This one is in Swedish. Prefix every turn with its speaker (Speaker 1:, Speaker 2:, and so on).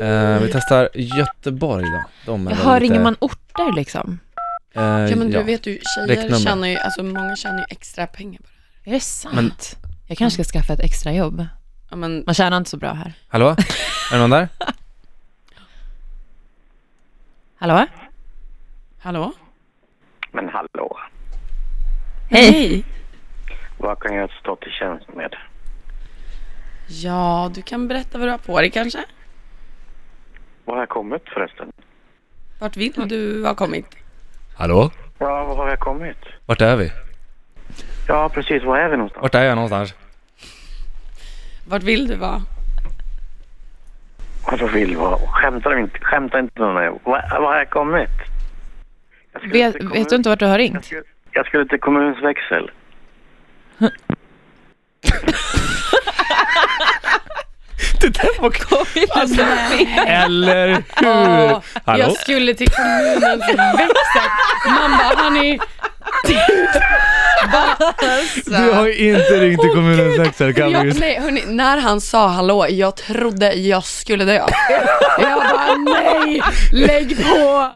Speaker 1: Eh, vi testar Göteborg då. De är väl
Speaker 2: Jaha,
Speaker 1: lite-
Speaker 2: ringer man orter liksom?
Speaker 1: eh,
Speaker 3: Ja men du
Speaker 1: ja.
Speaker 3: vet ju, tjejer
Speaker 1: Räknummer.
Speaker 3: tjänar ju, alltså många tjänar ju extra pengar på det.
Speaker 2: Är det sant?
Speaker 1: Men-
Speaker 2: Jag kanske ska skaffa ett extrajobb.
Speaker 3: Ja men,
Speaker 2: Man tjänar inte så bra här.
Speaker 1: Hallå? Är det någon där?
Speaker 2: Hallå?
Speaker 3: hallå?
Speaker 4: Men hallå,
Speaker 2: Hej!
Speaker 4: vad kan jag stå till tjänst med?
Speaker 3: Ja, du kan berätta vad du har på dig kanske?
Speaker 4: Var har jag kommit förresten?
Speaker 3: Vart vill du ha kommit?
Speaker 1: Hallå?
Speaker 4: Ja, var har jag kommit?
Speaker 1: Vart är vi?
Speaker 4: Ja, precis. Var är vi någonstans?
Speaker 1: Vart är jag någonstans?
Speaker 3: Vart vill du vara?
Speaker 4: Vadå vill vara? Alltså, Skämtar du inte? Skämtar inte med mig? Var, var har jag kommit? Jag skulle
Speaker 2: Vet,
Speaker 4: till
Speaker 2: vet du inte vart du har
Speaker 4: Jag
Speaker 2: ringt?
Speaker 4: skulle, jag skulle till kommunens växel.
Speaker 1: Alltså, Eller hur? Hallå?
Speaker 3: Jag skulle till kommunens växel. Man bara, hörni,
Speaker 1: Du har ju inte ringt till kommunens växel kan vi
Speaker 3: jag,
Speaker 1: ju säga.
Speaker 3: nej, hörni, när han sa hallå, jag trodde jag skulle dö. Jag bara, nej, lägg på.